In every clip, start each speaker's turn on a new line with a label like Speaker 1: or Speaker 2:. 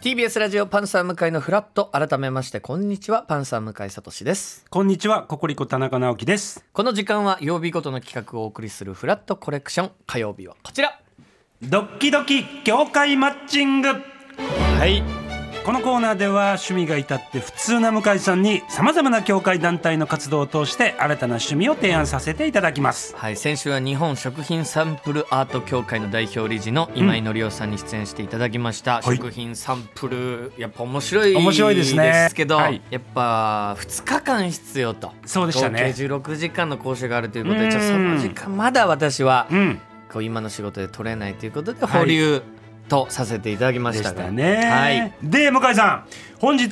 Speaker 1: TBS ラジオパンサー向井のフラット改めましてこんにちはパンサー向井聡です
Speaker 2: こんにちは、ココリコ田中直樹です。
Speaker 1: この時間は曜日ごとの企画をお送りするフラットコレクション火曜日はこちら
Speaker 2: ドッキドキ業界マッチング。
Speaker 1: はい
Speaker 2: このコーナーでは趣味が至って普通な向井さんにさまざまな業界団体の活動を通して新たな趣味を提案させていただきます。
Speaker 1: はい、先週は日本食品サンプルアート協会の代表理事の今井紀夫さんに出演していただきました、
Speaker 2: はい
Speaker 1: 食品サンプルやっぱ面白い
Speaker 2: 面白いですね
Speaker 1: ですけど、
Speaker 2: はい
Speaker 1: やっぱ2日間必要と
Speaker 2: そうでしたね
Speaker 1: 合計16時間の講習があるということで
Speaker 2: うん
Speaker 1: じゃあその時間まだ私は
Speaker 2: うん、
Speaker 1: こう今の仕事で取れないということで
Speaker 2: はい
Speaker 1: 保留とさせていただきま
Speaker 2: で
Speaker 1: し
Speaker 2: した
Speaker 1: が、
Speaker 2: たね。
Speaker 1: はい、
Speaker 2: で向井さん、本日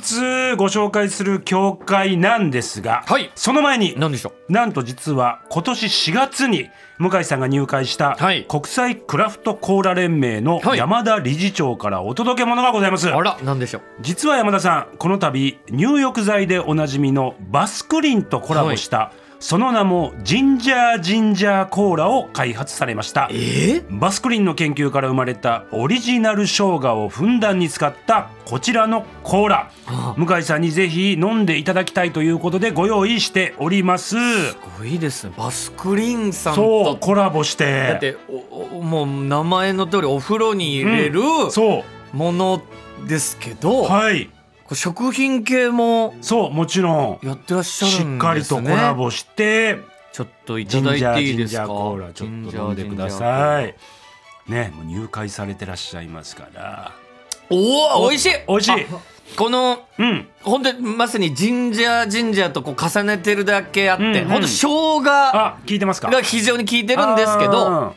Speaker 2: ご紹介する業界なんですが、
Speaker 1: はい
Speaker 2: その前に
Speaker 1: 何でしょう
Speaker 2: なんと実は今年4月に向井さんが入会した
Speaker 1: はい
Speaker 2: 国際クラフトコーラ連盟の
Speaker 1: はい
Speaker 2: 山田理事長からお届け物がございます、
Speaker 1: あら何でしょう
Speaker 2: 実は山田さんこの度入浴剤でおなじみのバスクリンとコラボした、その名もジンジャージンジャーコーラを開発されました
Speaker 1: え
Speaker 2: バスクリンの研究から生まれたオリジナル生姜をふんだんに使ったこちらのコーラ
Speaker 1: あ
Speaker 2: 向井さんにぜひ飲んでいただきたいということでご用意しております
Speaker 1: すごいですねバスクリーンさん
Speaker 2: そ
Speaker 1: と
Speaker 2: うコラボし
Speaker 1: だってておおもう名前の通りお風呂に入れる
Speaker 2: そ
Speaker 1: ものですけど、
Speaker 2: うはい
Speaker 1: こう食品系も
Speaker 2: そうもちろん
Speaker 1: やってらっしゃ
Speaker 2: し
Speaker 1: る
Speaker 2: っ
Speaker 1: ん
Speaker 2: か
Speaker 1: で
Speaker 2: り
Speaker 1: す
Speaker 2: と
Speaker 1: ね
Speaker 2: コラボして
Speaker 1: ちょっとい
Speaker 2: ジ
Speaker 1: た
Speaker 2: ン
Speaker 1: だ
Speaker 2: ジャ
Speaker 1: い
Speaker 2: ー
Speaker 1: てい
Speaker 2: ジ
Speaker 1: い
Speaker 2: ン
Speaker 1: で
Speaker 2: ジ
Speaker 1: す
Speaker 2: ャー
Speaker 1: か
Speaker 2: コーラちょっと飲んでくだ
Speaker 1: い
Speaker 2: さいねもう入会されてらっしゃいますから
Speaker 1: おお美味しい
Speaker 2: 美味しい
Speaker 1: あこの
Speaker 2: うん
Speaker 1: 本当にまさにジンジャージンジャーとこう重ねてるだけあって、
Speaker 2: うんうん
Speaker 1: 本当生姜が
Speaker 2: あ聞いてますか
Speaker 1: 非常に効いてるんですけど
Speaker 2: あ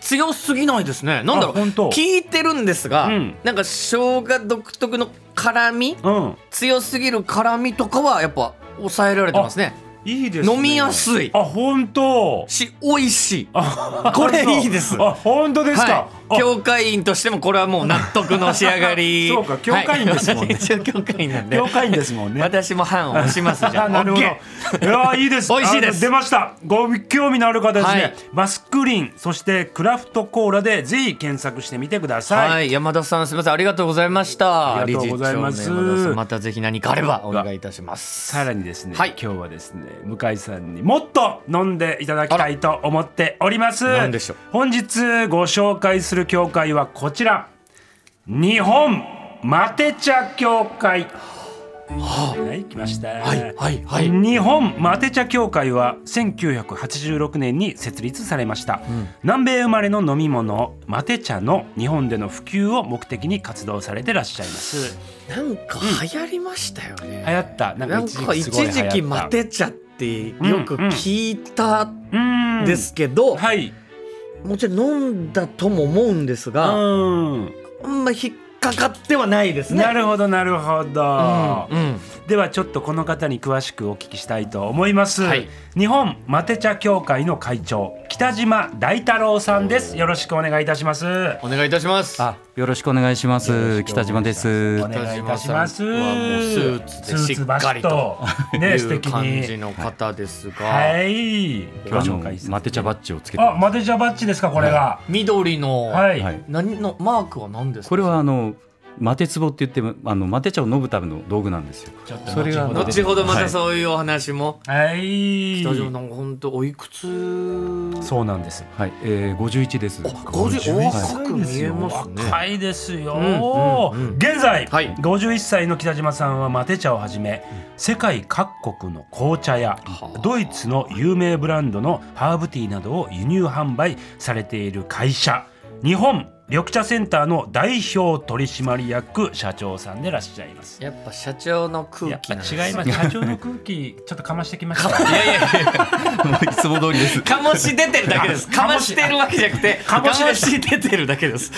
Speaker 1: 強すぎないですねなんだろ
Speaker 2: あ本
Speaker 1: う
Speaker 2: 当
Speaker 1: 効いてるんですが、
Speaker 2: うん
Speaker 1: なんか生姜独特の辛み
Speaker 2: ーうん
Speaker 1: 強すぎる辛みとかはやっぱ抑えられてますね
Speaker 2: いいですね
Speaker 1: 飲みやすい
Speaker 2: あ本当
Speaker 1: し美味しい
Speaker 2: あ
Speaker 1: これ
Speaker 2: そう
Speaker 1: いいです
Speaker 2: あ本当ですか
Speaker 1: はい、協会員としてもこれはもう納得の仕上がり
Speaker 2: そうか協会員ですもんね
Speaker 1: はい 私一応協会員なん
Speaker 2: あ
Speaker 1: で
Speaker 2: 業界員ですもんね
Speaker 1: 私も判を押しますじゃ
Speaker 2: あ
Speaker 1: ん
Speaker 2: なるほど。い
Speaker 1: OK
Speaker 2: やいいです。
Speaker 1: 美味しいです
Speaker 2: あの出ました。ご興味のある方ですね。
Speaker 1: はい
Speaker 2: バスクリンそしてクラフトコーラでぜひ検索してみてください。
Speaker 1: はい、山田さんすみませんありがとうございました
Speaker 2: ありがとうございます
Speaker 1: 理事長の山田さんまたぜひ何かあればお願いいたします
Speaker 2: さらにですね、
Speaker 1: はい
Speaker 2: 今日はですね向井さんにもっと飲んでいただきたいと思っております
Speaker 1: ら何でしょう
Speaker 2: 本日ご紹介する協会はこちら日本マテ茶協会はい来ました
Speaker 1: はいはいはい
Speaker 2: 日本マテ茶協会は1986年に設立されました、南米生まれの飲み物マテ茶の日本での普及を目的に活動されてらっしゃいます
Speaker 1: なんか流行りましたよね、
Speaker 2: 流行ったな
Speaker 1: な
Speaker 2: んか
Speaker 1: ん
Speaker 2: 一時
Speaker 1: か
Speaker 2: 期す
Speaker 1: 一
Speaker 2: ごい流行った
Speaker 1: 時期待てちゃってよく聞いたん
Speaker 2: うん
Speaker 1: ですけど、
Speaker 2: はい
Speaker 1: もちろん飲んだとも思うんですが、
Speaker 2: うん
Speaker 1: あんま引っかかってはないですね
Speaker 2: なるほどなるほど、
Speaker 1: うんうん
Speaker 2: ではちょっとこの方に詳しくお聞きしたいと思います、
Speaker 1: はい
Speaker 2: 日本マテ茶協会の会長北島大太郎さんですよろしくお願いいたします
Speaker 1: お願いいたします
Speaker 3: あ、よろしくお願いします。北島です
Speaker 2: お。願いいたしま
Speaker 1: 北島
Speaker 2: す
Speaker 1: さんはもうスーツでしっかりと
Speaker 2: ス ーツバシッと
Speaker 1: い
Speaker 2: ね素
Speaker 1: う
Speaker 2: 敵
Speaker 1: 感じ
Speaker 2: に
Speaker 1: の方ですが、
Speaker 2: はいご
Speaker 3: 今日
Speaker 2: 紹介
Speaker 3: のマテ茶バッジをつけて
Speaker 2: あ
Speaker 3: ま
Speaker 2: マテ茶バッジですかこれが
Speaker 1: 緑の、
Speaker 2: はい、
Speaker 3: す。はい。
Speaker 1: 何のマークは何ですか
Speaker 3: これはあのマテ壺って言ってあのマテ茶を飲むための道具なんですよ。
Speaker 2: ちょっと
Speaker 3: それが
Speaker 1: 後ほどま
Speaker 3: は
Speaker 1: た
Speaker 3: い
Speaker 1: そういうお話も、
Speaker 2: はい
Speaker 1: 北島なんか本当おいくつ
Speaker 2: そうなんです
Speaker 3: はい。えー、五十一です。
Speaker 1: お50お若く見えますね
Speaker 2: 若いですよ、
Speaker 1: うんうんうん
Speaker 2: 現在、
Speaker 1: はい
Speaker 2: 51歳の北島さんはマテ茶をはじめ、世界各国の紅茶や
Speaker 1: はあ
Speaker 2: ドイツの有名ブランドのハーブティーなどを輸入販売されている会社日本緑茶センターの代表取締役社長さんでいらっしゃいます。
Speaker 1: やっぱ社長の空
Speaker 2: やっ
Speaker 1: 気
Speaker 2: ぱ
Speaker 1: なんです
Speaker 2: 違います社長の空気ちょっとかましてきました
Speaker 1: いやいやいや
Speaker 3: いつも通りです。
Speaker 1: かもし出てるだけです。か
Speaker 2: か
Speaker 1: ま
Speaker 2: も
Speaker 1: し
Speaker 2: して
Speaker 1: るわけじゃなくて、か
Speaker 2: か
Speaker 1: も
Speaker 2: もしです
Speaker 1: し出てるだけです。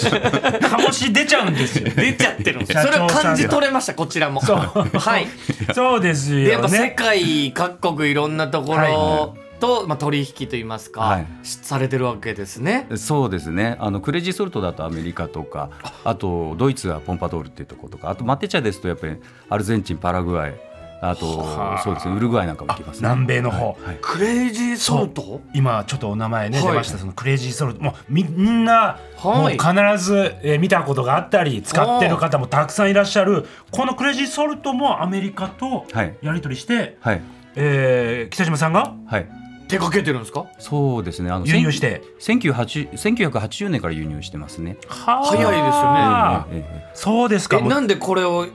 Speaker 2: かもし出ちゃうんですよ
Speaker 1: 出ちゃってるんです。
Speaker 2: 社
Speaker 1: それを
Speaker 2: 長さんが
Speaker 1: 感じ取れました、こちらも。
Speaker 2: そう
Speaker 1: はい。
Speaker 2: そうですよね
Speaker 1: で、やっぱ世界各国いろんなところと、まあ取引といいます
Speaker 3: は
Speaker 1: か
Speaker 3: い、
Speaker 1: しされてるわけですね。
Speaker 3: そうですねあのクレイジーソルトだとアメリカとかあとドイツはポンパドールっていうところとかあとマテ茶ですとやっぱりアルゼンチンパラグアイあと
Speaker 2: はあ
Speaker 3: そうですねウルグアイなんかも行きますね
Speaker 2: 南米の方、
Speaker 3: はい
Speaker 1: クレイジーソルト
Speaker 2: 今ちょっとお名前ね、
Speaker 1: はい
Speaker 2: 出ましたそのクレイジーソルトもうみみんな、
Speaker 1: はい
Speaker 2: もう必ず、えー見たことがあったり使ってる方もたくさんいらっしゃるこのクレイジーソルトもアメリカと
Speaker 3: はい
Speaker 2: やり取りして、
Speaker 3: はい
Speaker 2: えー北島さんが
Speaker 3: はい
Speaker 1: 手掛けてるんですか
Speaker 3: そうですねあの
Speaker 2: 輸入して
Speaker 3: 1980 1980年から輸入してますね
Speaker 2: 早
Speaker 1: 早いですよね
Speaker 3: ええええええ
Speaker 2: そうですか
Speaker 1: え
Speaker 2: もう
Speaker 1: なんでこれを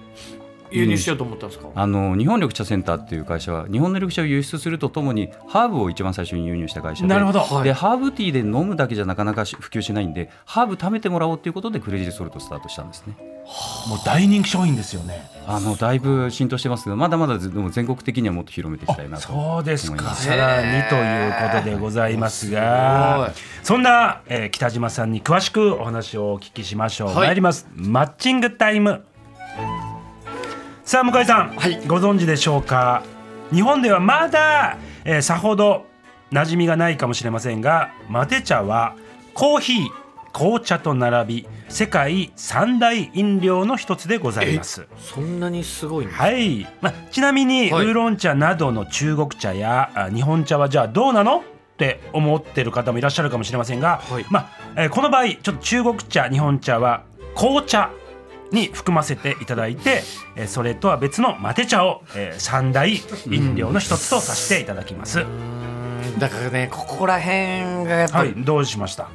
Speaker 1: 輸入しようと思ったんですか、
Speaker 3: あの日本緑茶センターっていう会社は日本の緑茶を輸出するとともにハーブを一番最初に輸入した会社で
Speaker 2: なるほど、
Speaker 1: はい
Speaker 3: でハーブティーで飲むだけじゃなかなかし普及しないんでハーブ食べてもらおうということでクレイジーソルトスタートしたんですね
Speaker 2: もう大人気商品ですよね
Speaker 3: あのだいぶ浸透してますけどまだまだでも全国的にはもっと広めていきたいなと
Speaker 2: そうです
Speaker 3: 思い
Speaker 2: か
Speaker 3: ます
Speaker 2: さらにということでございますがそんな、えー北島さんに詳しくお話をお聞きしましょう、
Speaker 1: はい
Speaker 2: 参りますマッチングタイムさあ向井さん、
Speaker 1: はい
Speaker 2: ご存知でしょうか日本ではまだ、えーさほど馴染みがないかもしれませんがマテ茶はコーヒー紅茶と並び世界三大飲料の一つでございます
Speaker 1: そんなにすごいんですか
Speaker 2: はい、まあ、ちなみに、
Speaker 1: はい
Speaker 2: ウーロン茶などの中国茶やあ日本茶はじゃあどうなのって思ってる方もいらっしゃるかもしれませんが、
Speaker 1: はい
Speaker 2: まあえーこの場合ちょっと中国茶日本茶は紅茶に含ませていただいて、えーそれとは別のマテ茶を、えー三大飲料の一つとさせていただきます。
Speaker 1: だからねここら辺がやっぱ
Speaker 2: は
Speaker 1: り
Speaker 2: い、どうしました。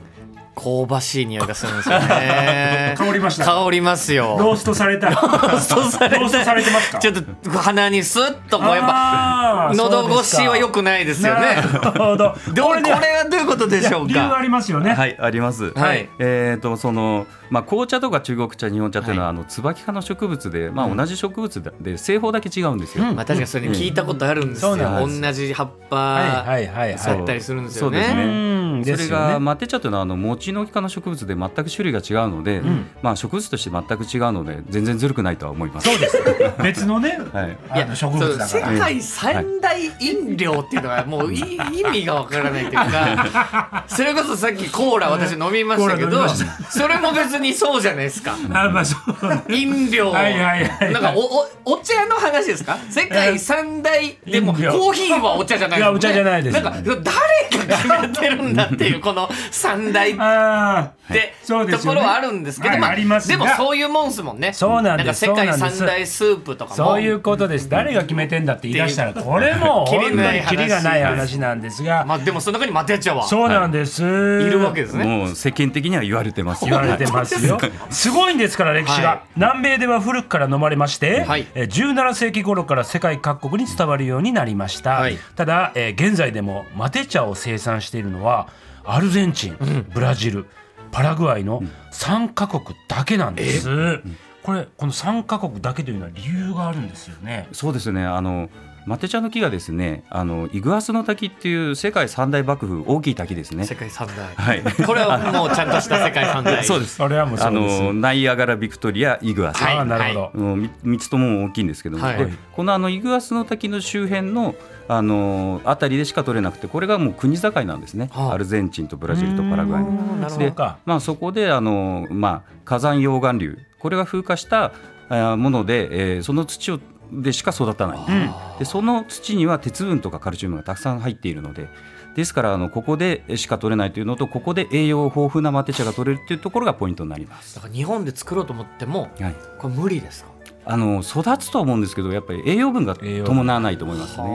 Speaker 1: 香ばしい匂いがするんですよね
Speaker 2: 香りました
Speaker 1: 香りますよ
Speaker 2: ローストされた。ロース
Speaker 1: トされた
Speaker 2: てますか。
Speaker 1: ちょっと鼻にスッとこうやっぱ
Speaker 2: あー
Speaker 1: 喉越しは良くないですよね
Speaker 2: そうですかなるほど。
Speaker 1: どうこれ
Speaker 2: ね
Speaker 1: はどういうことでしょう
Speaker 2: 理由あ
Speaker 1: か
Speaker 2: りますよね。
Speaker 3: はいあります、
Speaker 1: はい
Speaker 3: えーとそのまあ、紅茶とか中国茶日本茶というのは、あの椿科の植物で、まあ、同じ植物で,、で製法だけ違うんですよ、
Speaker 2: うん
Speaker 1: まあ確かにそれに聞いたことあるんですよ、
Speaker 2: うんそうなん
Speaker 3: です
Speaker 1: 同じ葉っ
Speaker 2: は
Speaker 1: ぱ
Speaker 2: いはいはい
Speaker 1: だ
Speaker 2: は
Speaker 1: ったりするんですよ
Speaker 3: そうです
Speaker 2: い。
Speaker 1: ね
Speaker 3: ね
Speaker 2: うん
Speaker 3: そ
Speaker 2: で
Speaker 3: れ
Speaker 2: す
Speaker 3: が
Speaker 2: よね。
Speaker 3: マテ茶というのはあのモチノキ科の植物で全く種類が違うので、
Speaker 2: ん
Speaker 3: まあ、植物として全く違うので全然ずるくないとは思います。
Speaker 2: そうです。別のね、
Speaker 3: はい
Speaker 2: あの植物だ
Speaker 1: そ
Speaker 2: か
Speaker 1: う
Speaker 2: ら。
Speaker 1: 世界三大飲料っていうのがもうい意味がわからないというか それこそさっきコーラ私飲みましたけ
Speaker 2: コーラ飲み
Speaker 1: ど
Speaker 2: まし
Speaker 1: それも別にそうじゃないですか
Speaker 2: あ、まあそう。
Speaker 1: 飲料
Speaker 2: はいはいはい
Speaker 1: なんかおおお茶の話ですか世界三大でもコ
Speaker 2: 飲料
Speaker 1: ーヒーはお茶じゃないですもんね
Speaker 2: いやお茶じゃないです
Speaker 1: なんか誰が決めてるんだっていうこの三大っ
Speaker 2: ああ、
Speaker 1: て
Speaker 2: そうです
Speaker 1: とこ
Speaker 2: よね
Speaker 1: ろはあるんですけど
Speaker 2: はい
Speaker 1: まあ
Speaker 2: あります
Speaker 1: で
Speaker 2: が
Speaker 1: もそういうもんすもんね
Speaker 2: そうなんです
Speaker 1: か世界
Speaker 2: そうなんです
Speaker 1: 三大スープとかも
Speaker 2: そういうことです。誰が決めてんだって言い出したら、これもう
Speaker 1: キ
Speaker 2: 本
Speaker 1: リ
Speaker 2: 当
Speaker 1: ない
Speaker 2: に
Speaker 1: 話
Speaker 2: キリがない話なんですが、
Speaker 1: まあでもその中にマテ茶は
Speaker 2: そうなんです。
Speaker 1: い
Speaker 2: い
Speaker 1: るわけですね
Speaker 3: もう世間的には言われてます
Speaker 2: 言
Speaker 3: よ
Speaker 2: われてますよ。すごいんですから歴史が、
Speaker 1: はい
Speaker 2: 南米では古くから飲まれまして、
Speaker 1: はい
Speaker 2: えー17世紀頃から世界各国に伝わるようになりました、
Speaker 1: はい
Speaker 2: ただ、えー現在でもマテ茶を生産しているのはアルゼンチン、ブラジルパラグアイの3カ国だけなんです、これこの3カ国だけというのは理由があるんですよね
Speaker 3: そうですねあのマテ茶の木がですねあのイグアスの滝っていう世界三大瀑布大きい滝ですね
Speaker 1: 世。界三大
Speaker 3: はい
Speaker 1: これはもうちゃんとした世界三大
Speaker 3: そうですす
Speaker 2: あれはもうそ
Speaker 3: あ
Speaker 2: うです
Speaker 3: のナイアガラビクトリアイグアス、
Speaker 1: はい
Speaker 2: ああなるほど、
Speaker 1: は
Speaker 3: もうみ三つとも大きいんですけども、
Speaker 1: はい
Speaker 3: でこのあのイグアスの滝の周辺のあの辺りでしか取れなくてこれがもう国境なんですね、
Speaker 1: はあ
Speaker 3: アルゼンチンとブラジルとパラグアイの。
Speaker 1: なるほ
Speaker 2: そ
Speaker 1: ど
Speaker 2: うか
Speaker 3: まあ、そこであの、まあ、火山溶岩流これが風化したあーもので、えーその土をでしか育たない、でその土には鉄分とかカルシウムがたくさん入っているのでですからあのここでしか取れないというのとここで栄養豊富なマテ茶が取れるというところがポイントになります
Speaker 1: だ。から日本で作ろうと思っても
Speaker 3: はい
Speaker 1: これ無理ですか
Speaker 3: あの育つとは思うんですけどやっぱり栄養分が
Speaker 2: 栄養分
Speaker 3: 伴わないと思いますね。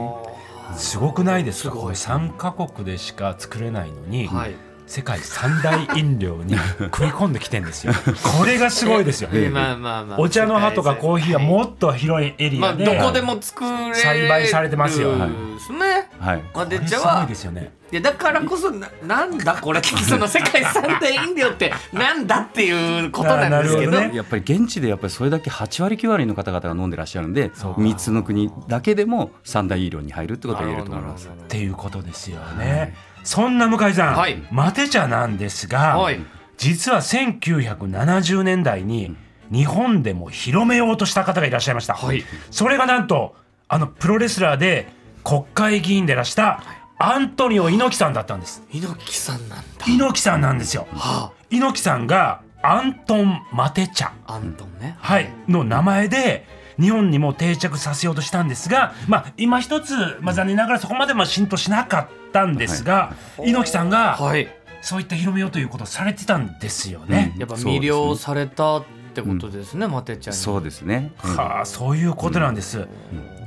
Speaker 2: すごくないです
Speaker 1: す
Speaker 2: か
Speaker 1: ごい
Speaker 2: これ3カ国でしか作れないのに、
Speaker 1: はい
Speaker 2: 世界三大飲料に食い込んできてんで すよこれがすごいですよ
Speaker 1: えまあまあまあ
Speaker 2: お茶の葉とかコーヒーはもっと広いエリ
Speaker 1: ま
Speaker 2: ア
Speaker 1: あ
Speaker 2: で、
Speaker 1: どこでも作れる
Speaker 2: 栽培されてますよ
Speaker 3: はい
Speaker 1: ですね
Speaker 3: はい
Speaker 1: まあ
Speaker 2: こ
Speaker 1: で
Speaker 2: れす
Speaker 1: 茶
Speaker 2: ごい
Speaker 1: は
Speaker 2: ですよね
Speaker 1: いやだからこそななんだこれってその世界三大飲料 ってなんだっていうことなんですけど
Speaker 2: なるほどね
Speaker 3: やっぱり現地でやっぱりそれだけ8割9割の方々が飲んでらっしゃるんで
Speaker 1: そう
Speaker 3: 3つの国だけでも三大医療に入るってことが言えると思いま
Speaker 1: な
Speaker 3: す
Speaker 1: るほどなるほ
Speaker 2: っていうことですよね、そんな向井さん、
Speaker 1: はい
Speaker 2: マテ茶なんですが、
Speaker 1: はい
Speaker 2: 実は1970年代に日本でも広めようとした方がいらっしゃいました、
Speaker 1: はい
Speaker 2: それがなんとあのプロレスラーで国会議員でいらしたアントニオ猪木さんだったんです
Speaker 1: ど猪木さんなんだ
Speaker 2: 猪木さんなんですよ
Speaker 1: は
Speaker 2: 猪木さんがアントン・マテ茶、
Speaker 1: あアントンね
Speaker 2: はい、の名前で日本にも定着させようとしたんですが、まあ、今一つ、まあ、残念ながらそこまでまあ浸透しなかったんですが、猪木さんが
Speaker 1: はい
Speaker 2: そういった広めようということをされてたんですよね。
Speaker 1: やっぱ魅了されたってことですね、マテちゃんに
Speaker 3: そうですね。うん
Speaker 2: はあそういうことなんです。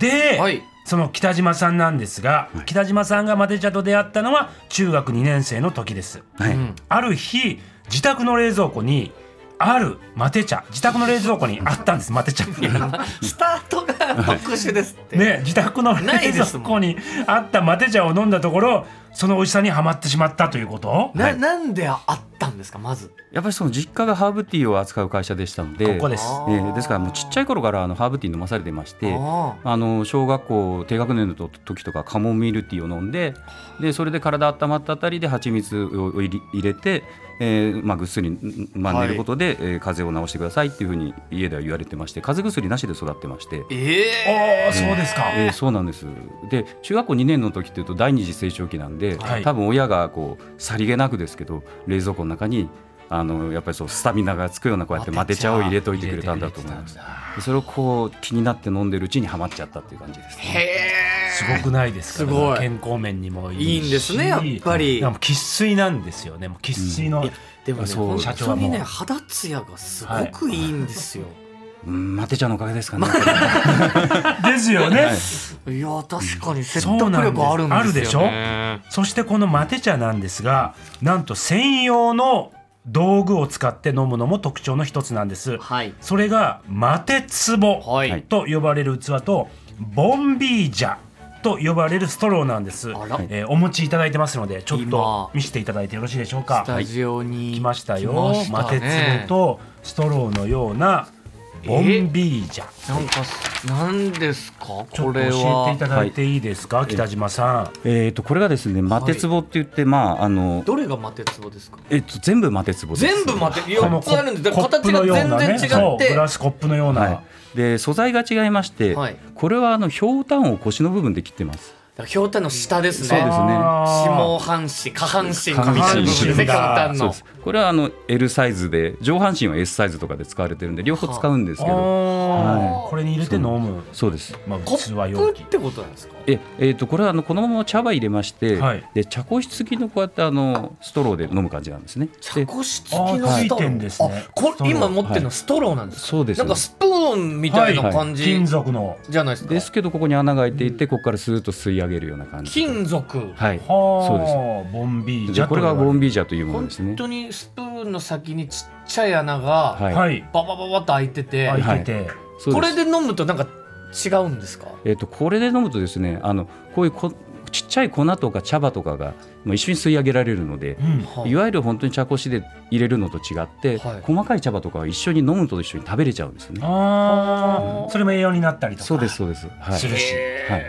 Speaker 2: で、
Speaker 1: はい
Speaker 2: その北島さんなんですが、北島さんがマテ茶と出会ったのは中学2年生の時です。
Speaker 3: は
Speaker 1: う
Speaker 3: い。
Speaker 1: ん
Speaker 2: ある日自宅の冷蔵庫にあるマテ茶自宅の冷蔵庫にあったんですマテ茶。
Speaker 1: スタートが特殊ですって、
Speaker 2: ね、自宅の
Speaker 1: ないで
Speaker 2: 冷蔵
Speaker 1: すも
Speaker 2: 庫
Speaker 1: ん
Speaker 2: にあったマテ茶を飲んだところその美味しさにはまってしまったということ
Speaker 1: な
Speaker 3: はい
Speaker 1: なんであったんですかまず
Speaker 3: やっぱりその実家がハーブティーを扱う会社でしたので、
Speaker 2: ここです
Speaker 1: あ
Speaker 3: え
Speaker 1: ー
Speaker 3: ーですからもうちっちゃい頃からあのハーブティー飲まされてまして。
Speaker 1: あ
Speaker 3: あの小学校低学年の時とかカモミールティーを飲んででそれで体温まったあたりで蜂蜜を入れ入れて、えーまあ、ぐっすり、んまあ、
Speaker 1: はい
Speaker 3: 寝ることで、えー風邪を治してくださいっていうふうに家では言われてまして風邪薬なしで育ってまし
Speaker 1: ー、
Speaker 3: て
Speaker 1: え
Speaker 2: お
Speaker 1: え
Speaker 2: ーそうですか、
Speaker 3: えーそうなんですで中学校2年の時っていうと第二次成長期なんで、
Speaker 2: はい
Speaker 3: 多分親がこうさりげなくですけど冷蔵庫の中にあのやっぱりそうスタミナがつくようなこうやってマテ茶を入れといてくれたんだと思いますでそれをこう気になって飲んでるうちにはまっちゃったっていう感じですね、
Speaker 1: へえ
Speaker 2: すごくないですか
Speaker 1: すごい
Speaker 2: 健康面にもいいし
Speaker 1: いいんですねやっぱり
Speaker 2: いやもう生粋なんですよねもう生粋の、
Speaker 1: いやでもね
Speaker 3: そう
Speaker 1: 本
Speaker 2: 社長
Speaker 1: 当
Speaker 2: はも
Speaker 1: に
Speaker 2: う
Speaker 1: ね肌ツヤがすごくいいんですよ、
Speaker 3: うん、マテ茶のおかげですかね
Speaker 2: ですよね、
Speaker 3: はい
Speaker 1: い、や確かに説
Speaker 2: そ
Speaker 1: 得
Speaker 2: うなんです
Speaker 1: 力あるんですよね
Speaker 2: あそしてこのマテ茶なんですがなんと専用の道具を使って飲むのも特徴の一つなんです
Speaker 1: はい
Speaker 2: それがマテ壺
Speaker 1: はい、
Speaker 3: はい
Speaker 2: と呼ばれる器とボンビージャと呼ばれるストローなんです
Speaker 1: あら、
Speaker 2: えーお持ちいただいてますのでちょっと
Speaker 1: 今
Speaker 2: 見せていただいてよろしいでしょう
Speaker 1: ス
Speaker 2: か
Speaker 1: タジオに
Speaker 2: 来ましたよ
Speaker 1: 来ました
Speaker 2: マテ
Speaker 1: ね
Speaker 2: 壺とストローのようなボンビージャ
Speaker 1: なんか何ですか
Speaker 2: ちょ
Speaker 1: こ
Speaker 2: っと教
Speaker 1: れ
Speaker 2: えてい
Speaker 1: は
Speaker 2: ただいていいですか、北島さ
Speaker 3: えー、とこれがですねマテツボって言って、まああの
Speaker 1: どれがマテツボですか
Speaker 3: えっと全部マテツボです
Speaker 1: 全部マテ
Speaker 2: ん。こ
Speaker 1: 4
Speaker 2: の
Speaker 1: つあるんですだから
Speaker 2: コップ
Speaker 1: 形が
Speaker 2: のような
Speaker 1: 全
Speaker 2: ね
Speaker 1: 然違
Speaker 2: そう
Speaker 1: っ
Speaker 2: グ
Speaker 1: て
Speaker 2: ラスコップのような、
Speaker 3: はい、で素材が違いまして、
Speaker 1: はい
Speaker 3: これはあのひょうたんを腰の部分で切ってます。
Speaker 1: ひょうたんの下ですね
Speaker 3: そうですね
Speaker 1: 下
Speaker 2: あ
Speaker 1: 半身下半身
Speaker 3: 下半身
Speaker 1: みたいな部分ですねひょうたん
Speaker 3: そう
Speaker 1: の
Speaker 3: ですこれはあの L サイズで上半身は S サイズとかで使われてるんで両方使うんです
Speaker 2: ー
Speaker 3: けど
Speaker 2: あ
Speaker 3: は
Speaker 2: ーこれに入れて飲む、
Speaker 3: そうです
Speaker 2: まあ、
Speaker 1: コ
Speaker 2: 器容
Speaker 1: ップ
Speaker 2: 器
Speaker 1: ってことなんですか
Speaker 3: ええー、とこれはあのこのまま茶葉入れまして、
Speaker 2: はい
Speaker 3: で茶こし付きのこうやってあのストローで飲む感じなんですね。
Speaker 1: 茶
Speaker 3: で
Speaker 1: こし付きの
Speaker 2: あー
Speaker 1: スト
Speaker 2: ついて
Speaker 1: ロ
Speaker 2: ん
Speaker 1: ー
Speaker 2: ですね
Speaker 1: あこ
Speaker 2: ストロー
Speaker 1: 今持ってる
Speaker 3: は
Speaker 1: のストローなんですか
Speaker 3: そうです
Speaker 1: なんかスプーンみたいな感じ
Speaker 2: 金属の
Speaker 1: じゃないですか
Speaker 3: ですけどここに穴が開いていてここからスーッと吸い上げるような感じ。
Speaker 1: 金属
Speaker 3: はい、そうです
Speaker 2: はあボンビージ
Speaker 3: で
Speaker 2: ャ
Speaker 3: これがボン
Speaker 2: ビ
Speaker 3: ビージャというもの
Speaker 1: 本
Speaker 3: ですね。
Speaker 1: 当にスプーンの先にちっちゃい穴が
Speaker 3: はい、
Speaker 2: はい
Speaker 1: ババババッと開いてて
Speaker 2: 開いてて、
Speaker 3: そう
Speaker 1: こ
Speaker 3: で
Speaker 1: れ
Speaker 3: す
Speaker 1: で飲むとなんか違うんですか
Speaker 3: えっとこれで飲むとですねあのこういうこちっちゃい粉とか茶葉とかがまあ一緒に吸い上げられるので、
Speaker 2: うん
Speaker 1: はい
Speaker 3: わゆる本当に茶こしで入れるのと違って、
Speaker 1: はい
Speaker 3: 細かい茶葉とかは一緒に飲むのと一緒に食べれちゃうんですね。
Speaker 2: あ
Speaker 1: はあ
Speaker 2: あそれも栄養になったりとか
Speaker 3: そうですそうです。はい
Speaker 2: す。るし、
Speaker 3: はい。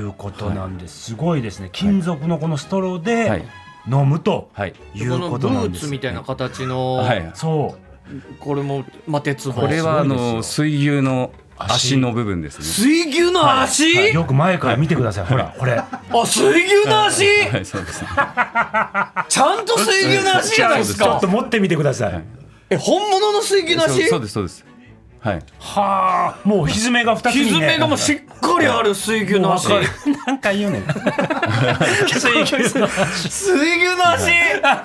Speaker 2: ということなんです、すごいですね金属のこのストロー
Speaker 3: は
Speaker 2: で
Speaker 3: い。
Speaker 2: 飲むと
Speaker 3: はい。
Speaker 2: い
Speaker 1: こ
Speaker 2: う
Speaker 1: の
Speaker 2: こ
Speaker 1: ブ
Speaker 2: となん
Speaker 1: ー
Speaker 2: で
Speaker 1: ツ
Speaker 2: す、
Speaker 1: みたいな形の、
Speaker 3: はい。
Speaker 2: そう
Speaker 1: これもまあ鉄棒
Speaker 3: これはあ
Speaker 2: すごいですよ
Speaker 3: の水牛の足の部分です
Speaker 1: 水牛の足、
Speaker 2: はいよく前から見てください、ほらこれ
Speaker 1: あ水牛の足、
Speaker 3: ね。はい、そうです。
Speaker 1: ちゃんと水牛の足じゃないです
Speaker 2: ちょ
Speaker 1: か
Speaker 2: っと持ってみてください、
Speaker 3: はい
Speaker 1: え本物の水牛の
Speaker 3: そう
Speaker 1: 足
Speaker 3: そうですそうです。はい。
Speaker 2: はあもうひずめが2つに、ね、
Speaker 1: 蹄がもうしっかりある水牛の足
Speaker 2: もう分かる何回言うねん水牛の足
Speaker 1: 水牛の足
Speaker 3: いや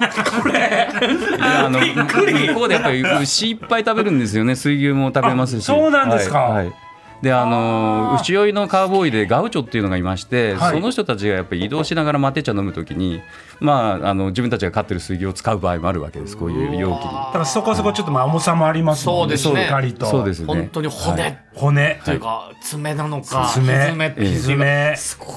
Speaker 3: あの
Speaker 2: びっくり
Speaker 3: 向こうでやっぱり牛いっぱい食べるんですよね水牛も食べます
Speaker 2: あ
Speaker 3: し
Speaker 2: そうなんですか
Speaker 3: はいはいであの
Speaker 2: あー
Speaker 3: 牛追いのカーボーイでガウチョっていうのがいまして、
Speaker 2: はい
Speaker 3: その人たちがやっぱり移動しながらマテ茶飲むときに、まあ、あの自分たちが飼ってる水牛を使う場合もあるわけですこういう容器
Speaker 2: だ
Speaker 3: に
Speaker 2: からそこそこちょっとまあ重さもありますもんね
Speaker 1: そうですね
Speaker 2: しっかりと
Speaker 3: そうですね
Speaker 1: 本当に骨、
Speaker 3: はい
Speaker 2: 骨
Speaker 1: というか爪なのか
Speaker 2: 爪
Speaker 1: 蹄っていうか
Speaker 2: 爪
Speaker 1: すごい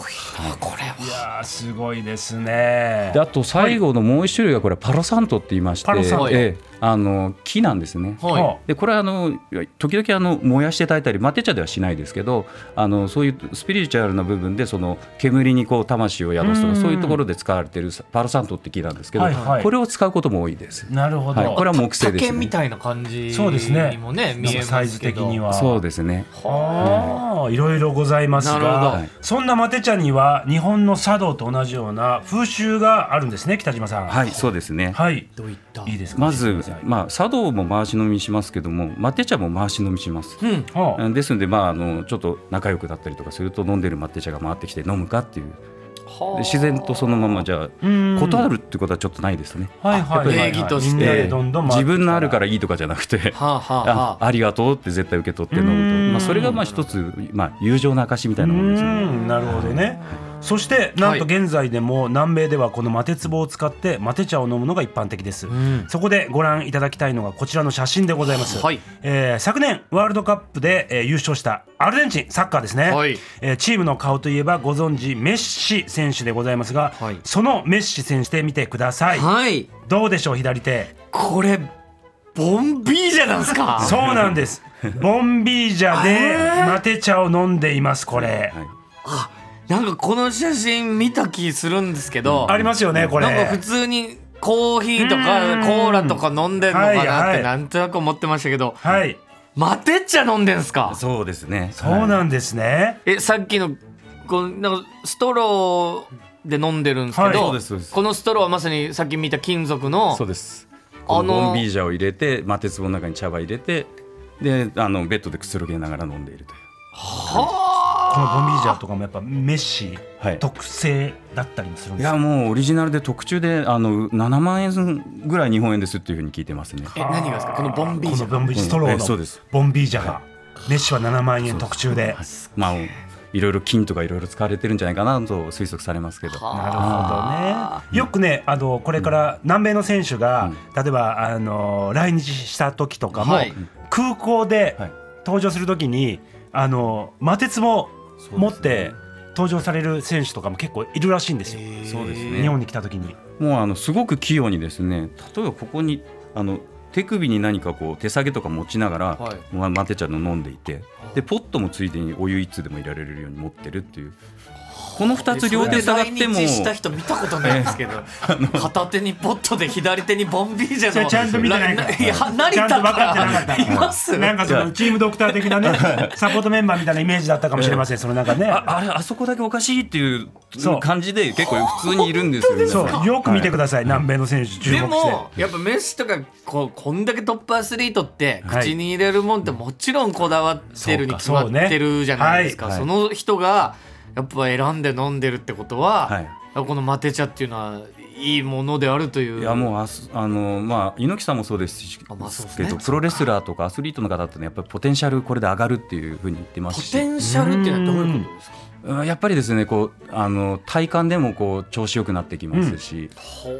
Speaker 1: なこれ
Speaker 2: い
Speaker 1: は
Speaker 2: やーすごいですね
Speaker 3: であと最後のもう一種類がこれパロサントって言いまして
Speaker 2: パロサン
Speaker 1: ト
Speaker 3: ええあの木なんですね。
Speaker 1: はい
Speaker 2: は
Speaker 3: でこれはあの時々あの燃やして炊いたりマテ茶ではしないですけどあのそういうスピリチュアルな部分でその煙にこう魂を宿すと
Speaker 2: う
Speaker 3: か
Speaker 2: ん
Speaker 3: そういうところで使われてるパロサントって木なんですけど、
Speaker 2: はいはい
Speaker 3: これを使うことも多いです。
Speaker 2: なるほど、
Speaker 3: はいこれは木製ですね
Speaker 1: 竹みたいな感じ
Speaker 2: そうですね
Speaker 1: にもね見え
Speaker 2: なんか
Speaker 1: ますけど
Speaker 2: サイズ的には
Speaker 3: そうですね。
Speaker 2: はあ、いろいろございます
Speaker 1: なるほど
Speaker 2: が、そんなマテ茶には日本の茶道と同じような風習があるんですね、北島さん。
Speaker 3: はい、そうですね。
Speaker 2: はい、
Speaker 1: どういった
Speaker 2: いいですか。
Speaker 3: ま
Speaker 2: 教え
Speaker 3: ず
Speaker 2: てください、
Speaker 3: まあ、茶道も回し飲みしますけども、マテ茶も回し飲みします。
Speaker 1: うん
Speaker 2: はあ
Speaker 3: ですので、まあ、あのちょっと仲良くだったりとかすると飲んでるマテ茶が回ってきて飲むかっていう
Speaker 1: は
Speaker 3: で
Speaker 1: あ
Speaker 3: 自然とそのままじゃ
Speaker 2: う
Speaker 3: あ
Speaker 2: ん
Speaker 3: 断るってことはちょっとないですね。
Speaker 2: はいはいはいはい
Speaker 1: 礼儀として
Speaker 2: みんなでどんどん回ってき
Speaker 3: 自
Speaker 2: た
Speaker 3: 分のあるからいいとかじゃなくて
Speaker 1: はあはあ
Speaker 3: あ
Speaker 1: はあ
Speaker 3: ありがとうって絶対受け取って飲むと、
Speaker 2: うん
Speaker 3: まあ、それがまあ一つ、まあ、友情の証みたいなものです
Speaker 2: う
Speaker 3: ね。
Speaker 2: んなるほどね。そしてなんと現在でも南米ではこのマテ壺を使ってマテ茶を飲むのが一般的です。
Speaker 1: ん
Speaker 2: そこでご覧いただきたいのがこちらの写真でございます。
Speaker 1: はい
Speaker 2: えー昨年ワールドカップで、えー優勝したアルゼンチンサッカーですね。
Speaker 1: はい
Speaker 2: えーチームの顔といえばご存知メッシ選手でございますが、
Speaker 1: はい
Speaker 2: そのメッシ選手で見てください。
Speaker 1: はい
Speaker 2: どうでしょう左手。
Speaker 1: これボンビーじゃなんですか
Speaker 2: そうな んです。ボンビージャで
Speaker 1: えー
Speaker 2: マテ茶を飲んでいますこれ。
Speaker 3: はい
Speaker 1: あなんかこの写真見た気するんですけど、
Speaker 2: ありますよねこれ。
Speaker 1: なんか普通にコーヒーと
Speaker 2: うん
Speaker 1: かコーラとか飲んでんのか
Speaker 2: はい
Speaker 1: なっ
Speaker 2: はい
Speaker 1: てなんとなく思ってましたけど、
Speaker 2: はい。
Speaker 1: マテ茶飲んでんすか
Speaker 3: そうですね。
Speaker 2: そうなんですね。
Speaker 1: えさっきのこのなんかストローで飲んでるんですけど、
Speaker 2: はいそう
Speaker 3: ですそうです
Speaker 1: このストローはまさにさっき見た金属
Speaker 3: は
Speaker 1: の
Speaker 3: いそうです。
Speaker 1: あの
Speaker 3: このボンビージャを入れて、まあ、鉄棒の中に茶葉入れて、で、あのベッドでくつろげながら飲んでいるという。
Speaker 2: このボンビージャーとかもやっぱメッシ
Speaker 3: はい
Speaker 2: 特製だったりもするん
Speaker 3: い
Speaker 2: ですよ
Speaker 3: や、もうオリジナルで特注で、あの7万円ぐらい日本円ですっていうふうに聞いてますね。
Speaker 1: え何がですかこのボンビー
Speaker 2: こ
Speaker 1: ジ
Speaker 2: の
Speaker 1: ャ
Speaker 2: ボンビーストロ
Speaker 3: うんえそう
Speaker 2: ー
Speaker 3: で
Speaker 2: の
Speaker 3: す
Speaker 2: ボンビージャーがメッシは7万円特注で
Speaker 3: まあ、いろいろ金とかいろいろ使われてるんじゃないかなと推測されますけど。
Speaker 1: は
Speaker 2: なるほどねよくねあのこれから南米の選手が例えばあの来日した時とかも
Speaker 1: はい
Speaker 2: 空港で
Speaker 3: はい
Speaker 2: 登場する時にあのマテツも持って登場される選手とかも結構いるらしいんですよ
Speaker 3: そうですね
Speaker 2: 日本に来た時に
Speaker 3: もうあのすごく器用にですね例えばここにあの手首に何かこう手提げとか持ちながら、
Speaker 1: は
Speaker 3: まマテ茶の飲んでいてでポットもついでにお湯一つでも入れられるように持ってるっていうこの2つ両手
Speaker 1: それ
Speaker 3: 下がっても
Speaker 1: 来日した人見たことないんです けど、片手にポットで左手にボンビージャ
Speaker 2: そ
Speaker 1: ー
Speaker 2: れ
Speaker 1: の
Speaker 2: ちゃんと見てないから
Speaker 1: いや成
Speaker 2: ちゃ
Speaker 1: 田
Speaker 2: んと分
Speaker 1: か
Speaker 2: かってなからった
Speaker 1: います
Speaker 2: なんかそのチームドクター的なねサポートメンバーみたいなイメージだったかもしれませんそのなんかね
Speaker 3: ああれあそこだけおかしいっていう
Speaker 2: そう
Speaker 3: 感じで結構普通にいるんですよ皆さん
Speaker 2: そうよく見てください、南米の選手注目
Speaker 1: で
Speaker 2: して
Speaker 1: もやっぱメッシとかこうこんだけトップアスリートって
Speaker 2: はい
Speaker 1: 口に入れるもんってもちろんこだわってるに決まってるじゃないですか
Speaker 3: そ
Speaker 1: そ
Speaker 3: うかそう
Speaker 1: の人がやっぱ選んで飲んでるってことは、
Speaker 3: はい
Speaker 1: このマテ茶っていうのはいいものであるという
Speaker 3: いやもうあすあのまあ猪木さんもそうですし
Speaker 1: あまあそうです
Speaker 3: け
Speaker 1: ね
Speaker 3: どプロレスラーとかアスリートの方ってねやっぱりポテンシャルこれで上がるっていうふうに言ってま
Speaker 1: ポ
Speaker 3: すし
Speaker 1: テンシャルっていうのはどういうことですか
Speaker 3: うんやっぱりですねこうあの体感でもこう調子よくなってきますし、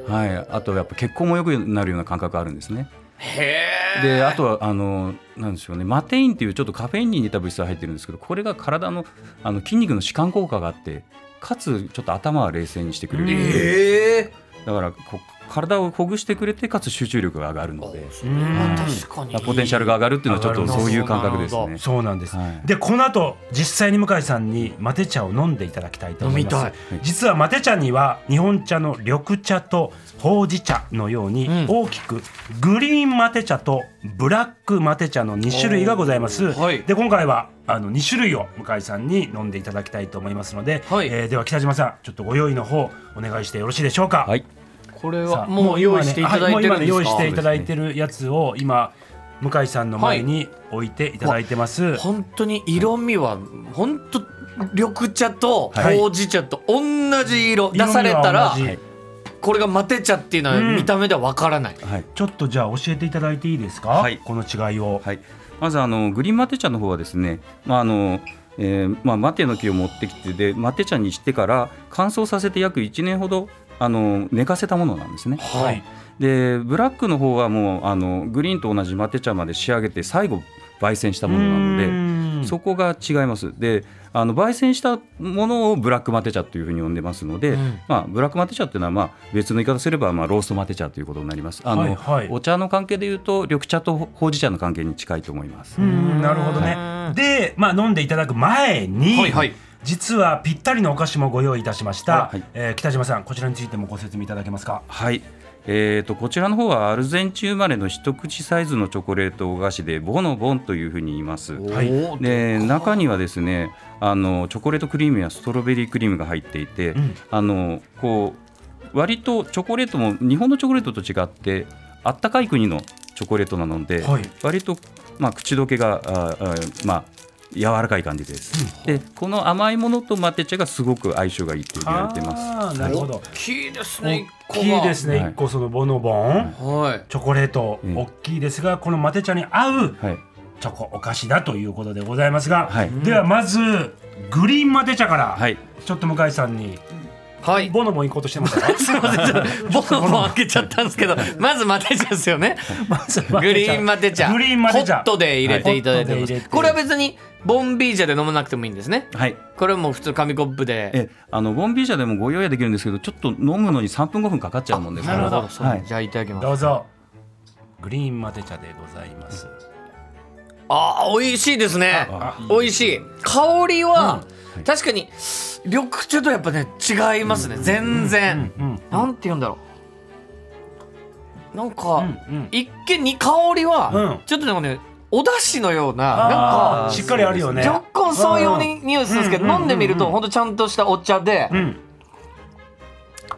Speaker 3: はい、あとやっぱ血行も良くなるような感覚があるんですね。
Speaker 1: へえ
Speaker 3: であとはあのなんでしょうねマテインっていうちょっとカフェインに似た物質が入ってるんですけどこれが体のあの筋肉の弛緩効果があってかつちょっと頭は冷静にしてくれる、
Speaker 1: ええ
Speaker 3: だからこう体をほぐしてくれてかつ集中力が上がるので
Speaker 1: それは確かにいい
Speaker 3: ポテンシャルが上がるっていうのはちょっとそういう感覚です
Speaker 1: なるほ
Speaker 3: ね。
Speaker 2: そうなんです、
Speaker 3: はい
Speaker 2: でこの後実際に向井さんにマテ茶を飲んでいただきたいと思います
Speaker 1: 飲み
Speaker 3: たい
Speaker 2: 実はマテ茶には日本茶の緑茶とほうじ茶のように
Speaker 1: うん
Speaker 2: 大きくグリーンマテ茶とブラックマテ茶の2種類がございます、
Speaker 1: おーはい
Speaker 2: で今回はあの2種類を向井さんに飲んでいただきたいと思いますので、
Speaker 1: はい
Speaker 2: えーでは北島さんちょっとご用意の方お願いしてよろしいでしょうか、
Speaker 3: はい
Speaker 1: これ
Speaker 2: さ
Speaker 1: は
Speaker 2: あ
Speaker 1: もう
Speaker 2: 今
Speaker 1: 用
Speaker 2: ね
Speaker 1: 意していただいてるん
Speaker 2: は
Speaker 1: で
Speaker 2: いもう今ね
Speaker 1: すか
Speaker 2: 用意していただいてるやつを今向井さんの前に置いていただいてます、
Speaker 1: 本当に色味は本当緑茶と
Speaker 2: はい
Speaker 1: ほうじ茶と同じ色出
Speaker 2: 色味は
Speaker 1: されたら
Speaker 2: 同じ
Speaker 3: はい
Speaker 1: これがマテ茶っていうのは
Speaker 2: うん
Speaker 1: 見た目ではわからない、
Speaker 3: はい
Speaker 2: ちょっとじゃあ教えていただいていいですか、
Speaker 3: はい
Speaker 2: この違いを、
Speaker 3: はい、まずあのグリーンマテ茶の方はですね、まああのえーまあ、マテの木を持ってきてでマテ茶にしてから乾燥させて約1年ほどあの寝かせたものなんですね。
Speaker 2: はい
Speaker 3: でブラックの方はもうあのグリーンと同じマテ茶まで仕上げて最後焙煎したものなので。
Speaker 2: の
Speaker 3: そこが違います。で、あの焙煎したものをブラックマテ茶というふうに呼んでますので、
Speaker 1: うん
Speaker 3: まあブラックマテ茶っていうのはまあ別の言い方すればまあローストマテ茶ということになります。あの、
Speaker 2: はいはい
Speaker 3: お茶の関係でいうと緑茶とほうじ茶の関係に近いと思います。
Speaker 2: うんなるほどねで、まあ、飲んでいただく前に、
Speaker 1: はいはい
Speaker 2: 実はぴったりのお菓子もご用意いたしました、
Speaker 3: はい
Speaker 2: えー北島さんこちらについてもご説明いただけますか
Speaker 3: はい。えー、とこちらの方はアルゼンチン生まれの一口サイズのチョコレートお菓子でボノボンというふうに言います。
Speaker 2: はい
Speaker 1: おー
Speaker 3: で中にはですねあのチョコレートクリームやストロベリークリームが入っていて、
Speaker 2: ん
Speaker 3: あのこう割とチョコレートも日本のチョコレートと違ってあったかい国のチョコレートなので、
Speaker 2: はい
Speaker 3: 割と、まあ、口どけがああまあ柔らかい感じです、でこの甘いものとマテ茶がすごく相性がいいと言われています
Speaker 2: あーなるほど
Speaker 1: 大きいです
Speaker 2: 大
Speaker 1: ね
Speaker 2: きいですね
Speaker 3: はい
Speaker 2: 一個そのボノボン
Speaker 1: はい
Speaker 2: チョコレート
Speaker 3: うん
Speaker 2: 大きいですがこのマテ茶に合う
Speaker 3: はい
Speaker 2: チョコお菓子だということでございますが、
Speaker 3: はい
Speaker 2: ではまずグリーンマテ茶から、
Speaker 3: はい
Speaker 2: ちょっと向井さんに
Speaker 1: はい
Speaker 2: ボノボン行こうとして ますか
Speaker 1: すいませんちょっとボノボン開けちゃったんですけどまずマテ茶ですよ ね
Speaker 2: まずマテ茶
Speaker 1: グリーンマテ茶
Speaker 2: グリーンマテ茶
Speaker 1: ホットで入れていただいて
Speaker 2: はい
Speaker 1: ま
Speaker 2: ホットで入れ
Speaker 1: す
Speaker 2: て
Speaker 1: これは別にボンビージャで飲まなくてもいいんですね
Speaker 3: はい
Speaker 1: これはもう普通紙コップで
Speaker 3: えあのボンビージャでもご用意はできるんですけどちょっと飲むのに3分5分かかっちゃうもんですか
Speaker 1: な
Speaker 3: ら
Speaker 1: るほ
Speaker 2: なるほど
Speaker 1: どそう
Speaker 3: はい
Speaker 1: じゃあいただきます
Speaker 2: どうぞグリーンマテ茶でございます
Speaker 1: あー美味しいですね
Speaker 3: あ
Speaker 1: 美味しい香りは、確かに緑茶とやっぱね違いますね、全然、
Speaker 2: うん
Speaker 1: なんて言うんだろうなんか、
Speaker 2: うんうん
Speaker 1: 一見に香りは、
Speaker 2: うん
Speaker 1: ちょっとなんかねお出汁のようななん
Speaker 2: あー
Speaker 1: か
Speaker 2: しっかりあるよね
Speaker 1: 若干そういうに匂いするんですけど、
Speaker 2: うんうんうん
Speaker 1: 飲んでみると、ほんとちゃんとしたお茶で、
Speaker 2: うん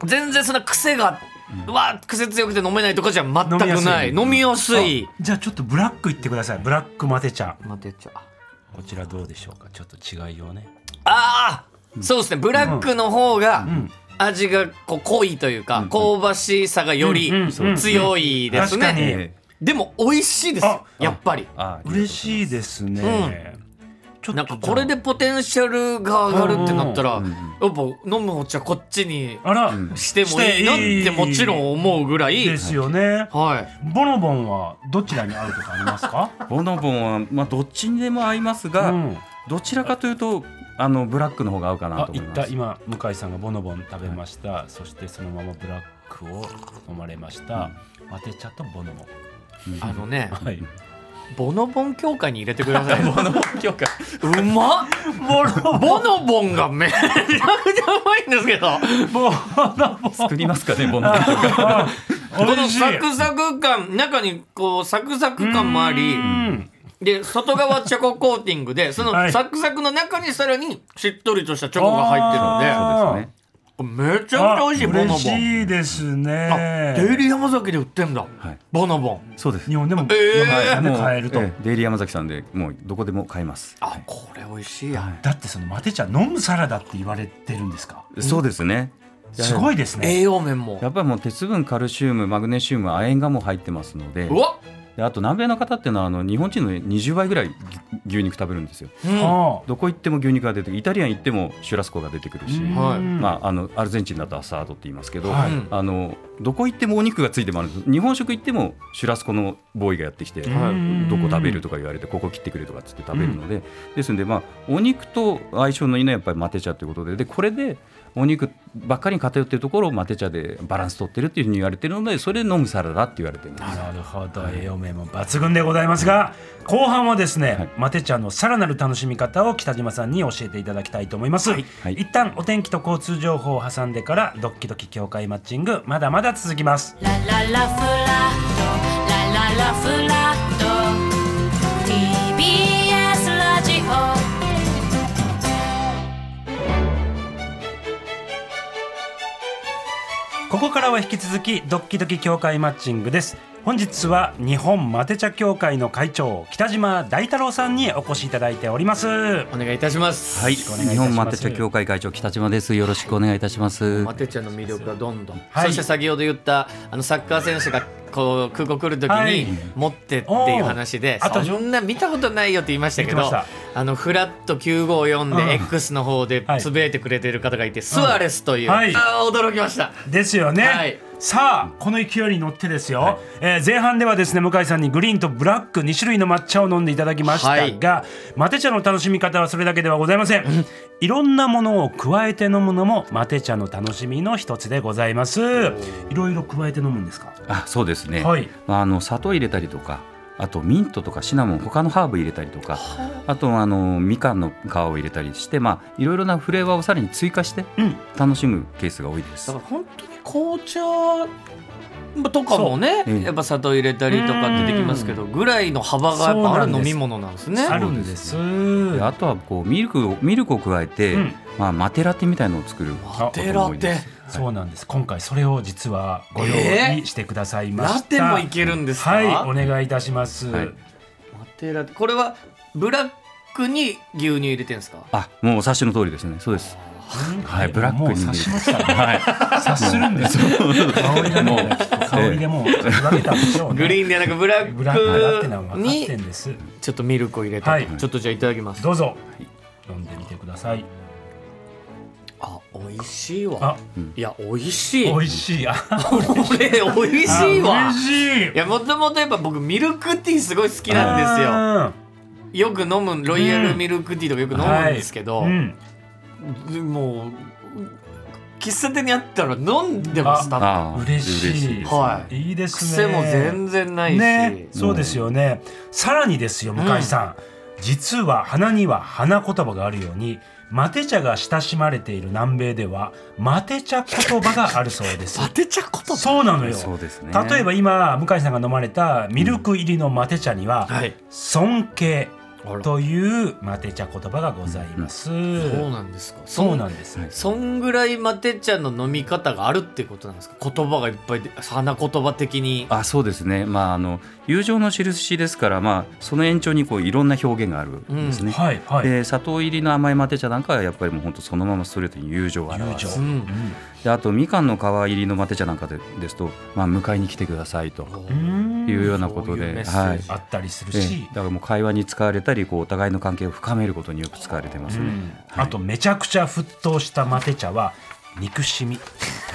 Speaker 1: 全然そんな癖が、うわ癖強くて飲めないとかじゃ全くない飲みやすい
Speaker 2: あじゃあちょっとブラックいってくださいブラックマテ茶
Speaker 1: 待てちゃあ
Speaker 2: こちらどうでしょうかちょっと違いをね
Speaker 1: あー、そうですねブラックの方が
Speaker 2: ん
Speaker 1: 味がこう濃いというか、香ばしさがより
Speaker 2: うんうん
Speaker 1: 強いですね、
Speaker 2: 確かに
Speaker 3: え
Speaker 1: でも美味しいですよ
Speaker 2: あ
Speaker 1: やっぱり
Speaker 3: ーあー
Speaker 2: 嬉しいですね、ちょっと
Speaker 1: なんかこれでポテンシャルが上がるってなったら、
Speaker 3: うんうん
Speaker 1: やっぱ飲むお茶こっちに
Speaker 2: あら、
Speaker 3: ん
Speaker 1: してもいいなってもちろん思うぐらい
Speaker 2: ですよね
Speaker 1: はい
Speaker 2: ボノボンはどちらに合うとかありますか
Speaker 3: ボノボンは、まあ、どっちにでも合いますが、
Speaker 2: うん
Speaker 3: どちらかというとあのブラックの方が合うかな
Speaker 2: あ
Speaker 3: と思
Speaker 2: 言
Speaker 3: い
Speaker 2: っ
Speaker 3: ま
Speaker 2: た
Speaker 3: す。
Speaker 2: 今向井さんがボノボン食べました、そしてそのままブラックを飲まれました、マテ茶とボノボ
Speaker 1: あのね
Speaker 2: ンはい
Speaker 1: ボノボン協会に入れてください
Speaker 3: ボノボン協会
Speaker 1: うまっボノボンがめちゃくちゃうまいんですけど
Speaker 2: ボノボン
Speaker 3: 作りますか ねボノボン協会。
Speaker 1: こ
Speaker 2: 美
Speaker 1: の
Speaker 2: 味しい
Speaker 1: サクサク感中にこうサクサク感もあり
Speaker 2: うん
Speaker 1: で外側チョココーティングでその
Speaker 2: はい
Speaker 1: サクサクの中にさらにしっとりとしたチョコが入ってるんで
Speaker 2: あー
Speaker 3: そうですね
Speaker 1: めちゃくちゃ美味しい
Speaker 2: あ
Speaker 1: ボノボ
Speaker 2: 嬉
Speaker 1: ン
Speaker 2: しいですね
Speaker 1: あデイリー山崎で売ってんだ
Speaker 3: はい。
Speaker 1: ボノボン
Speaker 3: そうです。
Speaker 2: 日本でも
Speaker 1: えー
Speaker 2: 山で買えると、
Speaker 3: もうデイリー山崎さんでもうどこでも買えます。
Speaker 1: あこれ美味しいや
Speaker 2: だってそのマテ茶飲むサラダって言われてるんですか
Speaker 3: そうですね。
Speaker 2: すごいですね
Speaker 1: 栄養面も
Speaker 3: やっぱりもう鉄分カルシウムマグネシウム亜鉛がもう入ってますので
Speaker 1: うわ
Speaker 3: であと南米の方っていうのはあの日本人の20倍ぐらい牛牛肉食べるんですよ
Speaker 1: うん
Speaker 2: は
Speaker 3: どこ行っても牛肉が出てくるイタリアン行ってもシュラスコが出てくるし、
Speaker 2: あ
Speaker 1: はい
Speaker 2: うん
Speaker 3: まあ、あのアルゼンチンだとアサードって言いますけど、
Speaker 2: はい
Speaker 1: うん
Speaker 3: あのどこ行ってもお肉がついてもあるんです日本食行ってもシュラスコのボーイがやってきて、
Speaker 2: ん
Speaker 3: どこ食べるとか言われてここ切ってくれとかっつって食べるので、ですので、まあ、お肉と相性のいいのはやっぱりマテ茶ということででこれでお肉ばっかりに偏ってるところをマテ茶でバランス取ってるっていうふうに言われてるのでそれで飲むサラダって言われてるんです。
Speaker 2: なるほど栄養面も抜群でございますが後半はですね、
Speaker 3: はい
Speaker 2: マテ茶のさらなる楽しみ方を北島さんに教えていただきたいと思います、
Speaker 3: はい
Speaker 2: 一旦お天気と交通情報を挟んでからドッキドキ協会マッチングまだまだ続きます
Speaker 4: La la la fulato, la la la fulato, TBS ラジオ
Speaker 2: ここからは引き続きドッキドキ協会マッチングです本日は日本マテ茶協会の会長北島大太郎さんにお越しいただいております
Speaker 1: お願いいたします
Speaker 3: はい、
Speaker 2: お願いいたします
Speaker 3: 日本マテ茶協会会長北島です。よろしくお願いいたしま す。
Speaker 1: マテ茶の魅力がどんどん、
Speaker 2: はい
Speaker 1: そして先ほど言ったあのサッカー選手がこう空港来る時
Speaker 2: はい
Speaker 1: に持ってっていう話で、
Speaker 2: おーあと
Speaker 1: そんな見たことないよって言いましたけ
Speaker 2: 言っ
Speaker 1: ど
Speaker 2: てまし
Speaker 1: あのフラット954
Speaker 2: うん
Speaker 1: で X の方で
Speaker 2: はい
Speaker 1: つぶやいてくれてる方がいて、スアレスという、
Speaker 2: はい
Speaker 1: あー驚きました
Speaker 2: ですよね、
Speaker 1: はい
Speaker 2: さあこの勢いに乗ってですよ、えー前半ではですね向井さんにグリーンとブラック2種類の抹茶を飲んでいただきましたが、
Speaker 1: はい
Speaker 2: マテ茶の楽しみ方はそれだけではございません、いろんなものを加えて飲むのもマテ茶の楽しみの一つでございますいろいろ加えて飲むんですか
Speaker 3: あ、そうですね。
Speaker 2: はい
Speaker 3: まあ、あの砂糖入れたりとか。あとミントとかシナモン他のハーブ入れたりとかあとあのみかんの皮を入れたりしてまあいろいろなフレーバーをさらに追加して
Speaker 2: うん
Speaker 3: 楽しむケースが多いです。
Speaker 1: だから本当に紅茶とかもね、
Speaker 3: そう
Speaker 1: やっぱ砂糖入れたりとかってできますけどぐらいの幅がやっぱある飲み物なんですね。
Speaker 2: あるんです。
Speaker 3: であとはこうミルクをミルクを加えて、
Speaker 2: うん
Speaker 3: まあ、マテラテみたいのを作る
Speaker 1: ラテラテ
Speaker 2: そうなんです。今回それを実はご用
Speaker 1: え
Speaker 2: 意してくださいま
Speaker 1: ラ
Speaker 2: した。
Speaker 1: テもいけるんですか、
Speaker 2: はい、お願いいたします。
Speaker 3: はい
Speaker 1: ラテラテこれはブラックに牛乳入れてるんですか
Speaker 3: あもうお察しの通りですねそうですはいブラックに
Speaker 2: もう察しましたね。察するんですよ。香りが
Speaker 3: もう
Speaker 2: ね、きっと 香りでもう言われたんでしょうね。
Speaker 1: グリーンではなくブラ
Speaker 2: ブラックだってのは
Speaker 1: ック
Speaker 2: 分かっ
Speaker 1: に
Speaker 2: てんです。
Speaker 1: ちょっとミルクを入れて、
Speaker 2: はい
Speaker 1: ちょっとじゃあいただきます
Speaker 2: どうぞ飲んでみてください。
Speaker 1: あ美味しいわ
Speaker 2: あ、
Speaker 1: いや美味しい
Speaker 2: 美
Speaker 1: こ
Speaker 2: 味しい。あ、
Speaker 1: れ美味しいわ
Speaker 2: あ美味し
Speaker 1: い。
Speaker 2: い
Speaker 1: やもともとやっぱ僕ミルクティーすごい好きなんですよよく飲むロイヤルミルクティーとかよく飲むんですけど、
Speaker 2: はいうん
Speaker 1: でもう喫茶店にあったら飲んでます多分
Speaker 3: あー
Speaker 2: 嬉しい
Speaker 3: ですね
Speaker 1: はい
Speaker 2: いいです
Speaker 1: 癖
Speaker 2: ね。
Speaker 1: も全然ないし、
Speaker 2: ね、そうですよね、さらにですよ向井さん、実は花には花言葉があるようにマテ茶が親しまれている南米ではマテ茶言葉があるそう です
Speaker 1: 当てちゃうこと
Speaker 2: そうなのよ
Speaker 3: そうですね
Speaker 2: 例えば今向井さんが飲まれたミルク入りのマテ茶には
Speaker 1: はい
Speaker 2: 「尊敬
Speaker 1: あ」ら
Speaker 2: というマテ茶言葉がございます、
Speaker 1: そうなんですか
Speaker 2: そうなんです、
Speaker 3: はい
Speaker 1: そんぐらいマテ茶の飲み方があるってことなんですか言葉がいっぱいで花言葉的に
Speaker 3: あそうですねまああの友情の印ですから、まあ、その延長にこういろんな表現があるんですね、
Speaker 2: はいはい、
Speaker 3: で砂糖入りの甘いマテ茶なんかはやっぱりもう本当そのままストレートに友情を表
Speaker 2: 友
Speaker 3: す
Speaker 2: 情
Speaker 1: うん
Speaker 3: であとみかんの皮入りのマテ茶なんかでですと、まあ、迎えに来てくださいと
Speaker 2: うん
Speaker 3: いうようなこ
Speaker 1: そう
Speaker 3: とで、
Speaker 1: いうメッセ
Speaker 3: は
Speaker 1: ー
Speaker 3: い
Speaker 1: ジ、
Speaker 2: あったりする
Speaker 3: え
Speaker 2: し、
Speaker 3: えだからもう会話に使われたりこうお互いの関係を深めることによく使われてますね、
Speaker 2: あとめちゃくちゃ沸騰したマテ茶は憎しみ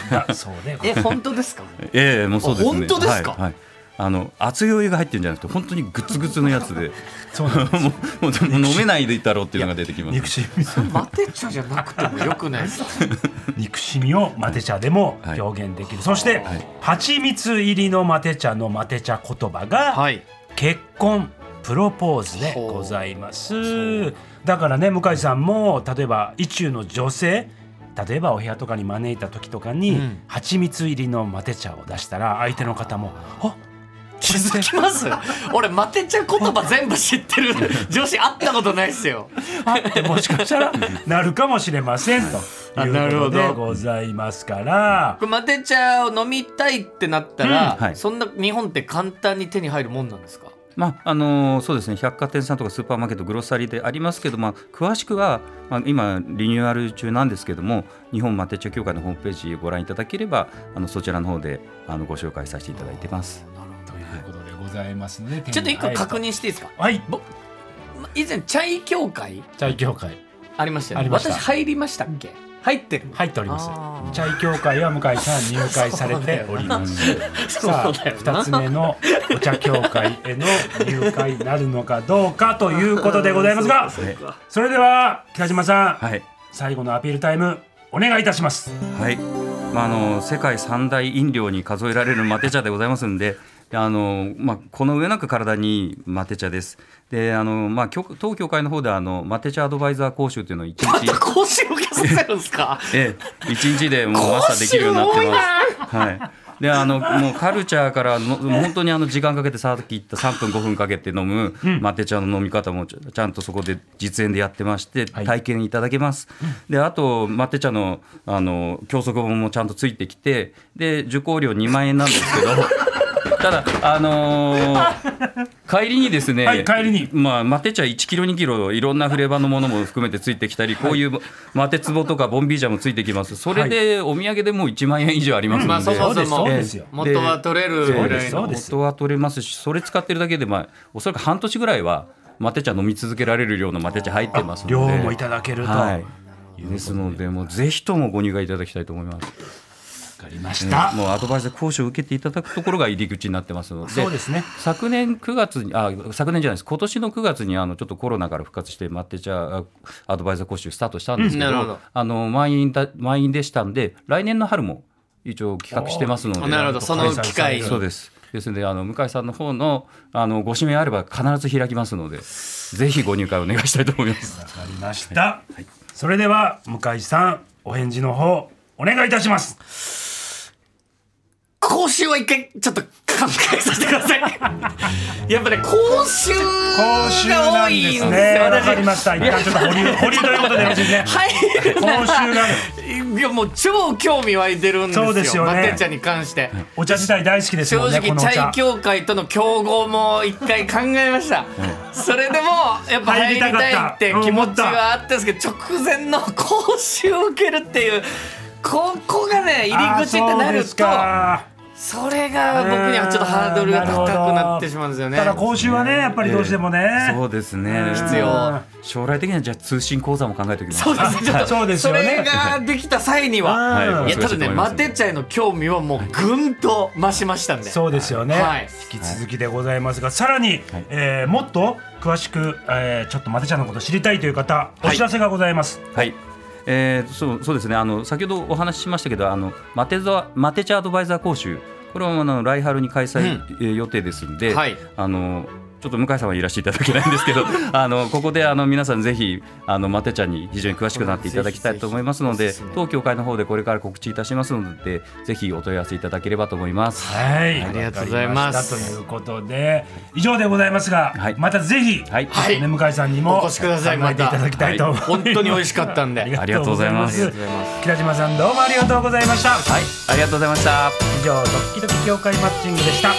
Speaker 2: だそうでござい
Speaker 1: え
Speaker 2: ま
Speaker 1: 本当ですか
Speaker 3: ええもうそうですね
Speaker 1: あ本当ですか
Speaker 3: はいはいあの熱酔いが入ってるんじゃなくて本当にグツグツのやつ で
Speaker 2: すそうなんです
Speaker 3: もうもう飲めないでいたろうっていうのが出てきます
Speaker 2: 憎しみ
Speaker 1: マテ茶じゃなくてもよくない ですか
Speaker 2: 憎しみをマテ茶でも
Speaker 3: はい
Speaker 2: 表現できる、そして、
Speaker 1: はい
Speaker 2: 蜂蜜入りのマテ茶のマテ茶言葉が、
Speaker 1: はい
Speaker 2: 結婚プロポーズでございますだからね向井さんも例えば意中の女性例えばお部屋とかに招いた時とかに、
Speaker 1: うん
Speaker 2: 蜂蜜入りのマテ茶を出したら相手の方も「あ
Speaker 1: 気づきます俺マテ茶言葉全部知って る女子会ったことないですよ
Speaker 2: あってもしかし たらなるかもしれませんと
Speaker 1: あ
Speaker 2: いうこと
Speaker 1: な
Speaker 2: で
Speaker 1: るほど
Speaker 2: ございますから
Speaker 1: これマテ茶を飲みたいってなったら、
Speaker 3: うんはい
Speaker 1: そんな日本って簡単に手に入るもんなんですか
Speaker 3: まああのーそうですね百貨店さんとかスーパーマーケットグロッサリーでありますけど、まあ、詳しくは、まあ、今リニューアル中なんですけども日本マテ茶協会のホームページご覧いただければあのそちらの方であのご紹介させていただいてます。
Speaker 2: ということでございますので
Speaker 1: ちょっと一個確
Speaker 2: 認
Speaker 1: 認していいですか
Speaker 2: はい
Speaker 1: ま以前チャイ協会
Speaker 2: チャイ協会
Speaker 1: ありましたよ
Speaker 2: あ
Speaker 1: ね
Speaker 2: りました
Speaker 1: 私入りましたっけ入ってる
Speaker 2: 入っております
Speaker 1: あー
Speaker 2: チャイ協会は向井さん入会されておりますさあ
Speaker 1: そうだよな
Speaker 2: 2つ目のお茶協会への入会になるのかどうかということでございますが
Speaker 3: そうか
Speaker 2: それでは北島さん、
Speaker 3: はい
Speaker 2: 最後のアピールタイムお願いいたします
Speaker 3: はい、まあ、あの世界三大飲料に数えられるマテ茶でございますんで。あのまあ、この上なく体にいいマテ茶です。であのまあ、協当協会の方であのマテ茶アドバイザー講習というのを一
Speaker 1: ま
Speaker 3: 日
Speaker 1: た講習受けさせるんですか
Speaker 3: ええ、一日でもう朝できるようになってます。はい。であのもうカルチャーからの本当にあの時間かけてさっき言った3分5分かけて飲むマテ茶の飲み方もちゃちゃんとそこで実演でやってまして
Speaker 2: い
Speaker 3: 体験いただけます。であとマテ茶のあの教則本もちゃんとついてきてで受講料2万円なんで すけどただあのー帰りにですね、
Speaker 2: はい帰りに
Speaker 3: まあ、マテ茶1キロ2キロいろんなフレーバーのものも含めてついてきたり、こういうマテ壺とかボンビージャもついてきますそれでお土産でもう1万円以上ありますので、
Speaker 1: まあそもそも
Speaker 2: そう ですよ
Speaker 1: 元は取れるぐ
Speaker 2: そうで
Speaker 1: ら
Speaker 2: す
Speaker 1: い
Speaker 2: そう
Speaker 1: の
Speaker 2: です
Speaker 3: 元は取れますしそれ使ってるだけで、まあ、おそらく半年ぐらいはマテ茶飲み続けられる量のマテ茶入ってますので
Speaker 2: 量もいただけると、
Speaker 3: はい、ですのでもうぜひともご入会いただきたいと思います
Speaker 2: 分かりました、
Speaker 3: もうアドバイザー講習を受けていただくところが入り口になってますので
Speaker 2: そうですね
Speaker 3: 昨年9月にあ昨年じゃないです今年の9月にあのちょっとコロナから復活してマテ茶アドバイザー講習スタートしたんですけど,、
Speaker 1: うんなるほど
Speaker 3: あの満員だ満員でしたんで来年の春も一応企画してますので
Speaker 1: なるほどその機会
Speaker 2: ど
Speaker 3: そうですですのであの向井さんの方のあのご指名あれば必ず開きますのでぜひご入会お願いしたいと思います。
Speaker 2: わかりました、それでは向井さんお返事の方お願いいたします
Speaker 1: 講習は一回ちょっと考えさせてくださいやっぱね講習
Speaker 2: 講習
Speaker 1: が
Speaker 2: な
Speaker 1: 多
Speaker 2: んで
Speaker 1: い
Speaker 2: す
Speaker 1: ん
Speaker 2: ね
Speaker 1: ですよ
Speaker 2: わ
Speaker 1: 私
Speaker 2: かりました一旦ちょっと保留保留ということでよろしいですね
Speaker 1: はい
Speaker 2: 講習なんです
Speaker 1: いやもう超興味湧いてるんですよ
Speaker 2: そうですよね
Speaker 1: マテ茶に関して、
Speaker 2: お茶自体大好きです
Speaker 1: 正
Speaker 2: もんね
Speaker 1: 直
Speaker 2: この
Speaker 1: チ
Speaker 2: お
Speaker 1: ャ
Speaker 2: 茶
Speaker 1: イ協会との競合も一回考えました、それでもやっぱ入りたいって気持ちはあったんですけど直前の講習を受けるっていうここがね入り口ってなると
Speaker 2: あ
Speaker 1: それが僕にはちょっとハードルが高くなってしまうんですよ
Speaker 2: ーそうですか
Speaker 1: ね
Speaker 2: ただ講習はねやっぱりどうしてもね、
Speaker 3: そうですね。
Speaker 1: 必要
Speaker 3: 将来的にはじゃあ通信講座も考えておきます。
Speaker 1: そうですねちょっと
Speaker 2: そうです
Speaker 1: そ
Speaker 2: よね
Speaker 1: れができた際には
Speaker 2: うん
Speaker 3: はい
Speaker 1: いやただね
Speaker 3: そうです
Speaker 1: マテ茶への興味はもうぐんと増しましたんで
Speaker 2: そうですよね、
Speaker 1: はい
Speaker 2: 引き続きでございますがさらに、えーもっと詳しく、えーちょっとマテちゃんのこと知りたいという方お知らせがございます、
Speaker 3: はい。えー、そうそうですねあの先ほどお話ししましたけどあのマテザマテチャアドバイザー講習これはあの来春に開催えー予定ですんで、
Speaker 1: はい
Speaker 3: あのちょっと向井さんはいらしていただけないんで すけどあのここであの皆さんぜひあのマテチャに非常に詳しくなっていただきたいと思いますの
Speaker 1: ぜ
Speaker 3: で
Speaker 1: ひぜひ
Speaker 3: 当協会の方でこれから告知いたしますのでぜひお問い合わせいただければと思います。
Speaker 2: はい
Speaker 1: ありがとうございます
Speaker 2: わかりしたということで以上でございますが、
Speaker 3: はい
Speaker 2: またぜひ、
Speaker 3: はい
Speaker 2: ちょっとね向井さんにも
Speaker 1: お越しください
Speaker 2: 考えていただきたいと思います、
Speaker 1: 本当に美味しかったんで
Speaker 3: ありがとうございます
Speaker 2: ありがとうございます北島さんどうもありがとうございました、
Speaker 3: はい、ありがとうございました。
Speaker 2: 以上ドッキドキ協会マッチングでした